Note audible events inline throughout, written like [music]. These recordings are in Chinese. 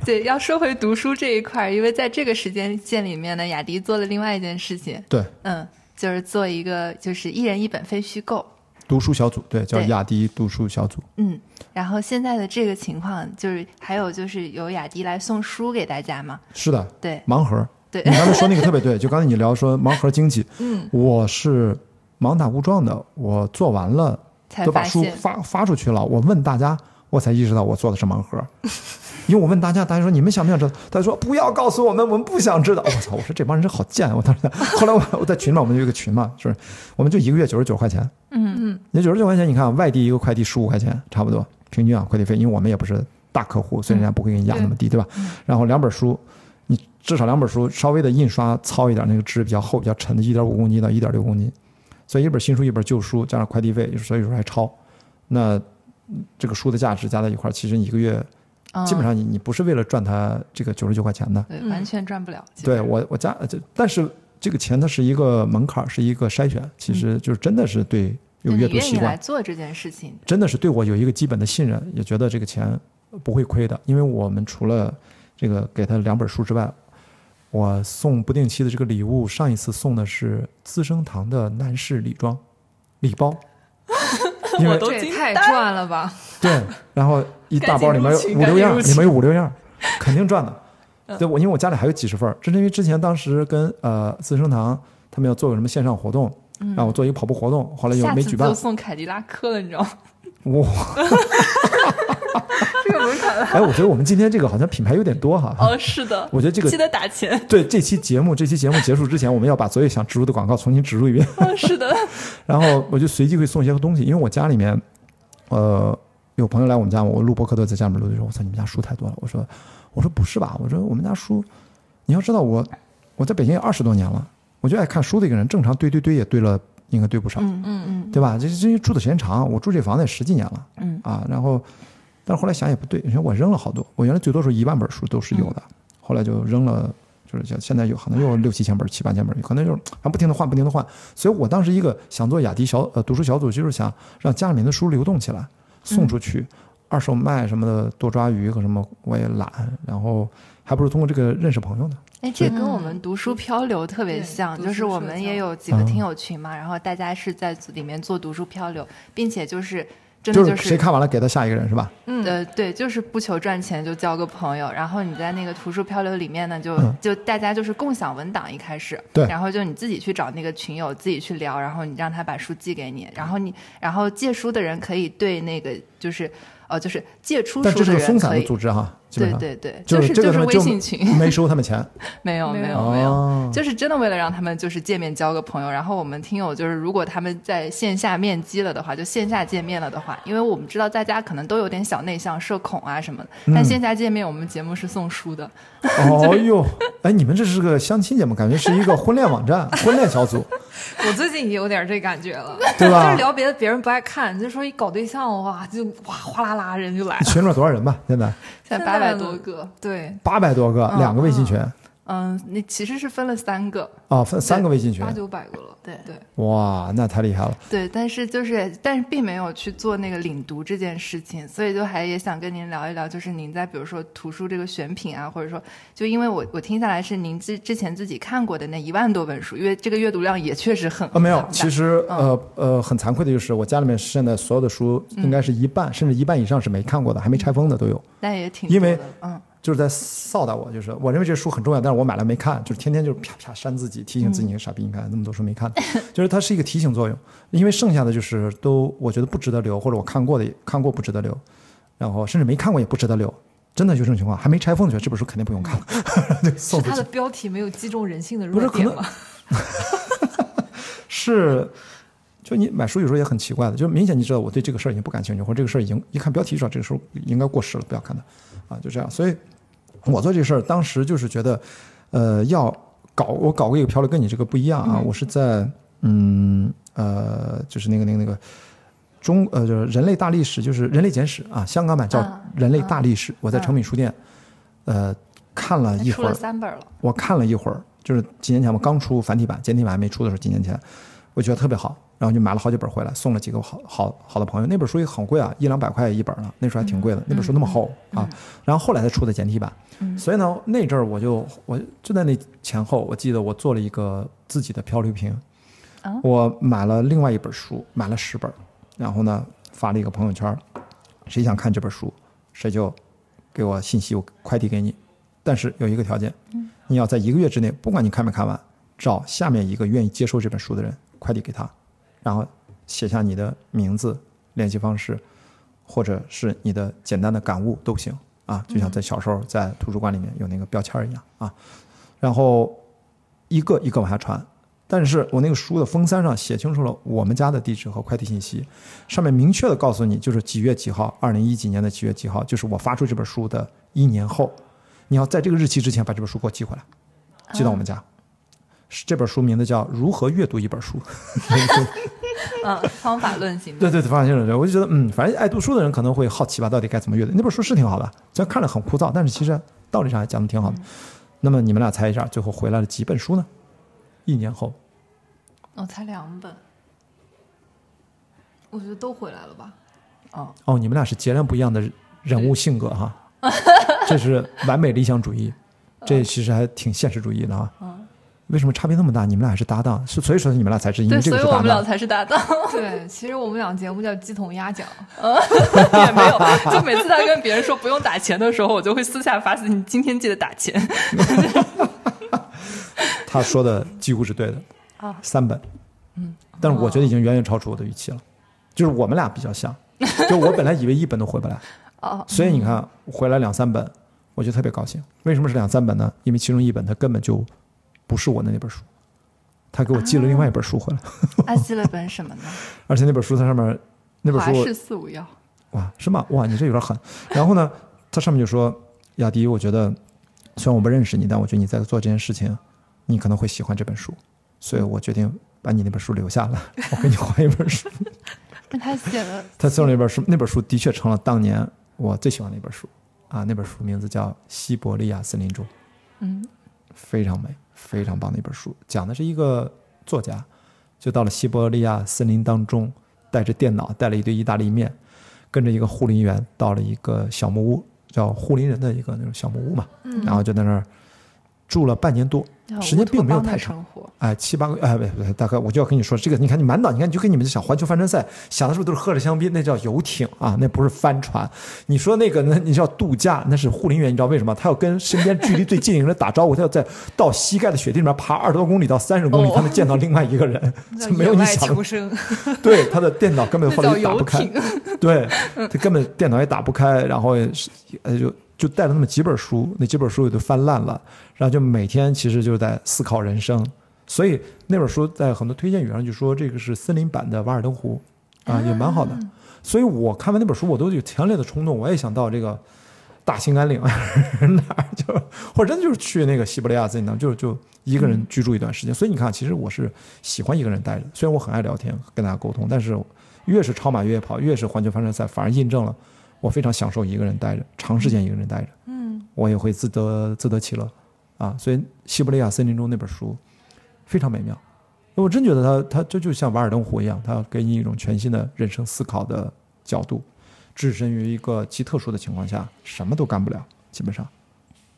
[laughs] 对，要说回读书这一块儿，因为在这个时间线里面呢，雅迪做了另外一件事情，对，嗯，就是做一个就是一人一本非虚构，读书小组，对，叫对亚迪读书小组，嗯，然后现在的这个情况就是还有就是由雅迪来送书给大家嘛，是的，对盲盒。对你刚才说那个特别对，就刚才你聊说盲盒经济，嗯，我是盲打误撞的，我做完了才都把发书现，发发出去了，我问大家，我才意识到我做的是盲盒。因为我问大家，大家说你们想不想知道？大家说不要告诉我们，我们不想知道。我操！我说这帮人真好贱。啊我当时，后来我我在群里面，我们有一个群嘛，就是我们就一个月九十九块钱，嗯嗯你九十九块钱，你看啊外地一个快递十五块钱，差不多平均啊，快递费，因为我们也不是大客户，所以人家不会给你压那么嗯低，对嗯吧？然后两本书，你至少两本书稍微的印刷糙一点，那个纸比较厚、比较沉的，一点五公斤到一点六公斤，所以一本新书、一本旧书加上快递费，所以说还超。那嗯这个书的价值加在一块儿，其实你一个月嗯，基本上你你不是为了赚它这个九十九块钱的，对完全赚不了，对我我加这，但是这个钱它是一个门槛儿，是一个筛选，其实就是真的是嗯对有那你阅读愿习意惯来。做这件事情，真的是对我有一个基本的信任，也觉得这个钱不会亏的，因为我们除了这个给他两本书之外，我送不定期的这个礼物，上一次送的是资生堂的男士礼装礼 [laughs] 包，因为都这也惊太呆赚了吧？对，然后一大包 [laughs] 里面有五六赶紧样录儿，取里面有五六样儿，肯定赚嗯的。对，我因为我家里还有几十份儿，这是因为之前当时跟呃资生堂他们要做个什么线上活动，让我做一个跑步活动，后来又嗯下没次举办就，送凯迪拉克了，你知道 [laughs] 吗？我这个门槛，哎，我觉得我们今天这个好像品牌有点多哈。哦，是的，我觉得 [laughs] 这个记得打钱。对这期节目，这期节目结束之前，我们要把所有想植入的广告重新植入一遍。 [laughs] 哦， [laughs] 是嗯的，然后我就随机会送一些东西，因为我家里面，呃，有朋友来我们家，我录播客都在家里面录，就说：“我操，你们家书太多了。”我说：“我说不是吧？我说我们家书，你要知道我我在北京也二十多年了，我就爱看书的一个人，正常堆堆堆也堆了，应该堆不少。嗯嗯嗯，对吧？这这因为住的时间长，我住这房子也十几年了，嗯啊，然后，但是后来想也不对，你说我扔了好多，我原来最多时候一万本书都是有嗯的，后来就扔了，就是像现在有可能有六七千本、七八千本，可能就是还不停的换，不停的换。所以我当时一个想做雅迪小呃读书小组，就是想让家里面的书流动起来，嗯送出去，二手卖什么的，多抓鱼和什么我也懒，然后还不如通过这个认识朋友呢。哎，这跟我们读书漂流特别像，对就是读书我社们交也有几个嗯听友群嘛，然后大家是在里面做读书漂流，并且就是真的就就是谁看完了给他下一个人是吧？嗯呃，对，就是不求赚钱，就交个朋友。然后你在那个图书漂流里面呢，就、嗯就大家就是共享文档，一开始，对然后就你自己去找那个群友，自己去聊，然后你让他把书寄给你，然后你，然后借书的人可以对那个就是，呃，就是借出但这书是的个松人散可的以组，织哈，基本对上。对对，就是是这个是他们微信群， [laughs] 哎没收他们钱，没有没没有有没有。哦就是真的为了让他们就是见面交个朋友，然后我们听友就是如果他们在线下面基了的话，就线下见面了的话，因为我们知道大家可能都有点小内向、社恐啊什么的，但嗯线下见面我们节目是送书的，哦呦，哎，你们这是个相亲节目，感觉是一个婚恋网站、婚恋小组， [laughs] 我最近也有点这感觉了，对吧就是聊别的，别人不爱看，就说一搞对象的话，就哇哗啦啦人就来了。群里面多少人吧？现在现在现八百在多个，对，八百多个，两个微信群嗯，那其实是分了三个，啊，分三个微信群八，九百个了。对对，哇，那太厉害了。对，但是就是但是并没有去做那个领读这件事情，所以就还也想跟您聊一聊，就是您在比如说图书这个选品啊，或者说就因为我我听下来是您之之前自己看过的那一万多本书，因为这个阅读量也确实很啊，没有很，大其实嗯呃呃，很惭愧的就是，我家里面现在所有的书，应该是一半、甚至一半以上是没看过的，还没拆封的都有。那也挺因多为呃的嗯就是在扫打我，就是我认为这书很重要，但是我买了没看，就是天天就是啪啪扇自己，提醒自己你个傻逼，你看那么多书没看， [laughs] 就是它是一个提醒作用。因为剩下的就是都我觉得不值得留，或者我看过的也看过不值得留，然后甚至没看过也不值得留，真的就这种情况，还没拆封就觉得这本书肯定不用看了， [laughs] 就送是出它去的。标题没有击中人性的不是弱可点能吧？是，就你买书有时候也很奇怪的，就明显你知道我对这个事儿已经不感兴趣，或者这个事儿已经一看标题就知道这个书应该过时了，不要看它，啊，就这样。所以我做这事儿当时就是觉得，呃，要搞我搞过一个漂流，跟你这个不一样啊，我是在嗯呃，就是那个那个那个。中呃，就是人类大历史，就是《人类简史》啊，香港版叫《嗯人类大历史》。我在诚品书店，呃，看了一出会儿了，三本了，我看了一会儿，就是几年前我刚出繁体版，简体版还没出的时候，几年前，我觉得特别好。然后就买了好几本回来，送了几个好好好的朋友。那本书也很贵啊，一两百块一本呢，那时候还挺贵的。那本书那么厚啊，然后后来才出的简体版。所以呢，那阵儿我就我就在那前后，我记得我做了一个自己的漂流瓶啊，我买了另外一本书，买了十本，然后呢发了一个朋友圈儿，谁想看这本书，谁就给我信息，我快递给你。但是有一个条件，你要在一个月之内，不管你看没看完，找下面一个愿意接收这本书的人快递给他，然后写下你的名字、联系方式，或者是你的简单的感悟都行啊，就像在小时候在图书馆里面有那个标签儿一样啊。然后一个一个往下传，但是我那个书的封三上写清楚了我们家的地址和快递信息，上面明确的告诉你就是几月几号，二零一几年的几月几号，就是我发出这本书的一年后，你要在这个日期之前把这本书给我寄回来，寄到我们家。是这本书名字叫《如何阅读一本书》。 [laughs] [laughs] 嗯，方法论型的，对对对，方向性人，我就觉得，嗯，反正爱读书的人可能会好奇吧，到底该怎么阅读那本书是挺好的，虽然看着很枯燥，但是其实道理上还讲的挺好的。那么你们俩猜一下，最后回来了几本书呢？一年后，我哦才两本， [laughs] 我觉得都回来了吧？哦，哦，你们俩是截然不一样的人物性格哈，这是完美理想主义，这其实还挺现实主义的哈。为什么差别那么大？你们俩还是搭档，是所以说你们俩才是因为对，这所个以是我搭们俩档。才是搭档， [laughs] 对，其实我们俩节目叫鸡同鸭讲，也没有。就每次他跟别人说不用打钱的时候，我就会私下发信，你今天记得打 [laughs] 钱。他说的几乎是对的，啊三本，嗯，但是我觉得已经远远超出我的预期了，就是我们俩比 [laughs] 较像，就我本来以为一本都回不来，哦，所以你看回来两三本，我就特别高兴。为什么是两三本呢？因为其中一本它根本就不是我的那本书，他给我寄了另外一本书回来，啊他寄了本什么 [laughs] 呢？而且那本书它上面那本华书氏四五幺。哇，是吗？哇，你这有点狠。然后呢，他上面就说：“雅迪，我觉得虽然我不认识你，但我觉得你在做这件事情，你可能会喜欢这本书，所以我决定把你那本书留下来，我给你换一本书。那他写了”他送了一本书，那本书的确成了当年我最喜欢的一本书啊。那本书名字叫《西伯利亚森林中》，嗯，非常美，非常棒的一本书，讲的是一个作家，就到了西伯利亚森林当中，带着电脑，带了一堆意大利面，跟着一个护林员到了一个小木屋，叫护林人的一个那种小木屋嘛，嗯然后就在那儿住了半年多，哦时间并没有太长。生活，哎，七八个，哎，不不不，大哥，我就要跟你说这个，你看你满脑，你看你就跟你们想环球帆船赛想的是不是都是喝着香槟？那叫游艇啊，那不是帆船。你说那个，那你叫度假，那是护林员，你知道为什么？他要跟身边距离最近的人打招呼，他要在到膝盖的雪地里面爬二十多公里到三十公里，哦才能见到另外一个人，叫这没野有你外想的求，生， [laughs] 对，他的电脑根本那后来叫就打游不开，艇。 [laughs] 对他根本电脑也打不开，然后也是呃就就带了那么几本书，那几本书也都翻烂了，然后就每天其实就是在思考人生，所以那本书在很多推荐语上就说这个是森林版的《瓦尔登湖》啊，也蛮好的。所以我看完那本书，我都有强烈的冲动，我也想到这个大兴安岭 [laughs] 哪儿就，或者真的就是去那个西伯利亚森林，就是就一个人居住一段时间。所以你看，其实我是喜欢一个人待着，虽然我很爱聊天，跟大家沟通，但是越是超马越野跑，越是环球帆船赛，反而印证了我非常享受一个人待着，长时间一个人待着，嗯，我也会自得自得其乐啊。所以《西伯利亚森林中》那本书非常美妙，我真觉得它它这就像《瓦尔登湖》一样，它给你一种全新的人生思考的角度，置身于一个极特殊的情况下，什么都干不了，基本上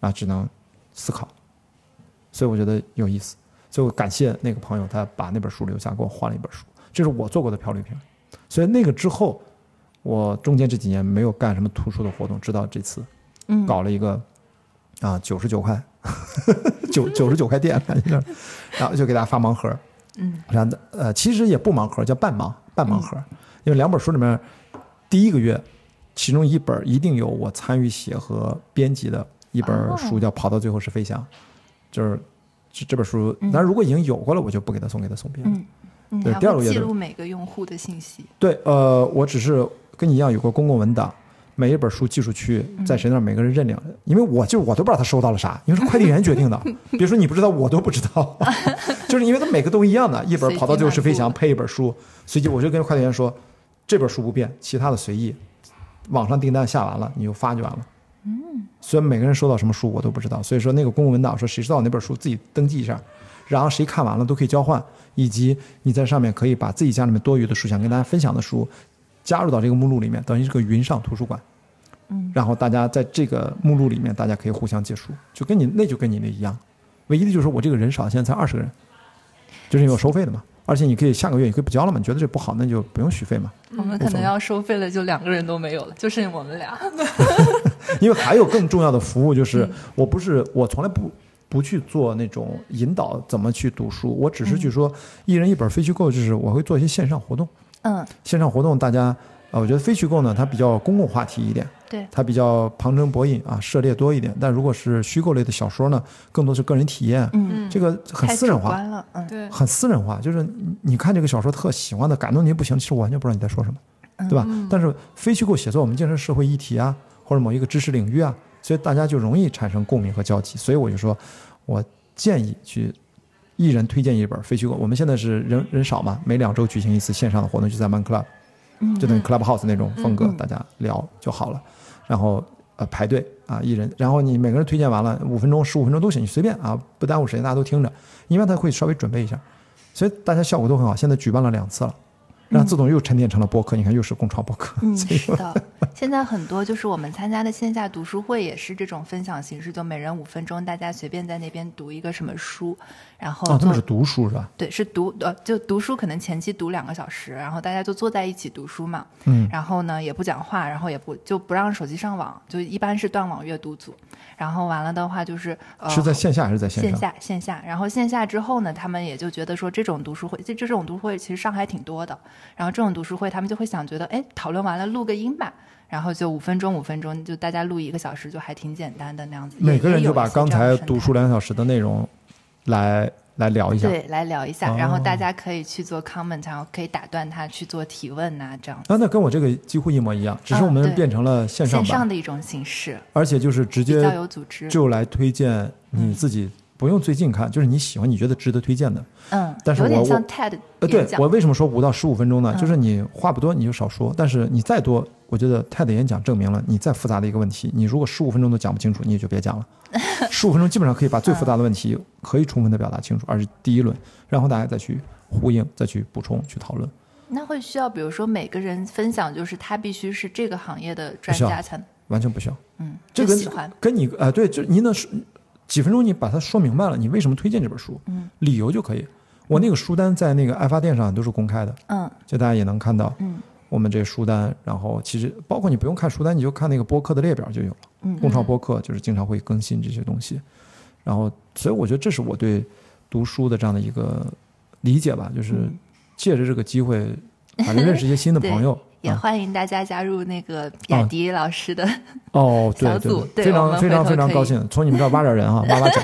啊，只能思考。所以我觉得有意思，所以我感谢那个朋友，他把那本书留下，给我换了一本书，这是我做过的漂流瓶。所以那个之后，我中间这几年没有干什么图书的活动，直到这次嗯，搞了一个啊九十九块 [laughs] 九九十九块店，反正然后就给大家发盲盒，嗯，然后呃其实也不盲盒，叫半盲半盲盒，因为两本书里面第一个月其中一本一定有我参与写和编辑的一哦本书，叫《跑到最后是飞翔》，就是这这本书，但如果已经有过了，我就不给他送，给他送别人。嗯嗯，对还第二个会月记的录每个用户的信息，对，呃，我只是跟你一样有个公共文档，每一本书寄出去，嗯在谁那儿每个人认领，因为我就我都不知道他收到了啥，因为是快递员决定 [laughs] 的。别说你不知道，我都不知道，就是因为他每个都一样的，一本随跑到机最后是满飞足翔配一本书，随机我就跟快递员说，这本书不变，其他的随意，网上订单下完了你就发就完了。嗯，虽然每个人收到什么书我都不知道，所以说那个公共文档说谁知道哪本书自己登记一下，然后谁看完了都可以交换，以及你在上面可以把自己家里面多余的书想跟大家分享的书加入到这个目录里面，等于是个云上图书馆。嗯，然后大家在这个目录里面，大家可以互相借书，就跟你那就跟你那一样，唯一的就是我这个人少，现在才二十个人，就是因为我收费的嘛。而且你可以下个月你可以不交了嘛，你觉得这不好，那就不用续费嘛。我们可能要收费了，就两个人都没有了，就剩我们俩。 [laughs] 因为还有更重要的服务，就是嗯我不是我从来不不去做那种引导怎么去读书，我嗯只是去说一人一本非虚构，就是我会做一些线上活动。嗯，线上活动大家啊，我觉得非虚构呢，它比较公共话题一点，对，它比较旁征博引啊，涉猎多一点。但如果是虚构类的小说呢，更多是个人体验，嗯， [laughs] 这个很太私主人化，观了，嗯，对，很私人化。就是你你看这个小说特喜欢的，感动你不行，其实我完全不知道你在说什么，对吧？但是非虚构写作，我们建设社会议题啊，或者某一个知识领域啊，所以大家就容易产生共鸣和交集。所以我就说，我建议去一人推荐一本非虚构。我们现在是人人少嘛，每两周举行一次线上的活动，就在 Man Club，就嗯等于 Clubhouse 那种风格，大家聊就好了。然后呃排队啊，一人，然后你每个人推荐完了，五分钟、十五分钟都行，你随便啊，不耽误时间，大家都听着。因为他会稍微准备一下，所以大家效果都很好。现在举办了两次了，然后自从又沉淀成了播客，你看又是共创播 [laughs] 客，嗯，所以是的， [laughs] 现在很多就是我们参加的线下读书会也是这种分享形式，就每人五分钟，大家随便在那边读一个什么书，然后啊，他哦做、们是读书是吧？对是读呃就读书，可能前期读两个小时，然后大家就坐在一起读书嘛，嗯，然后呢也不讲话，然后也不就不让手机上网，就一般是断网阅读组，然后完了的话就是呃是在线下还是在线线上？下线下，然后线下之后呢，他们也就觉得说这种读书会，这这种读书会其实上海挺多的，然后这种读书会他们就会想觉得，哎，讨论完了录个音吧，然后就五分钟五分钟，就大家录一个小时，就还挺简单的那样子。也每个人也有就一把些刚这样的才生读态书两小时的内容来来聊一下。对来聊一下，然后哦大家可以去做 comment，然后可以打断他去做提问呐、这样啊，那跟我这个几乎一模一样，只是我啊们对变成了线上线版，上的一种形式，而且就是直比较接有组织。就来推荐你自己，不用最近看，就是你喜欢、你觉得值得推荐的。嗯，但是有我点我像 TED 呃，对演讲我，为什么说五到十五分钟呢？嗯就是你话不多，你就少说，但是你再多，我觉得 TED 演讲证明了，你再复杂的一个问题，你如果十五分钟都讲不清楚，你也就别讲 [laughs] 了。十五分钟基本上可以把最复杂的问题可以充分的表达清楚，而是第一轮，然后大家再去呼应、再去补充、去讨论。那会需要比如说每个人分享，就是他必须是这个行业的专需要家才能，完全不需要，嗯，这就跟喜欢。跟你啊、对，就您的是几分钟，你把它说明白了，你为什么推荐这本书，嗯理由就可以。我那个书单在那个爱发电上都是公开的，嗯就大家也能看到。嗯我们这书单，然后其实包括你不用看书单，你就看那个播客的列表就有了。嗯共创播客就是经常会更新这些东西，然后所以我觉得这是我对读书的这样的一个理解吧，就是嗯。借着这个机会，反正认识一些新的朋友也啊欢迎大家加入那个雅迪老师的，哦，对小对组对对，非我常们非常回头非常可以高兴，从你们这儿挖点人啊，[laughs] 挖挖角。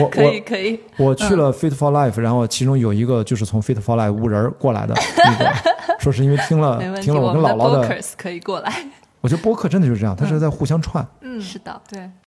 我可以我可以，我去了 Fit for Life，然后其中有一个就是从 Fit for Life 无人儿过来的 [laughs] 那个，说是因为听了没问题。啊听了我跟们的姥姥的 Bokers 可以过来，我觉得播客真的就是这样，它是在互相串。嗯，是的。对。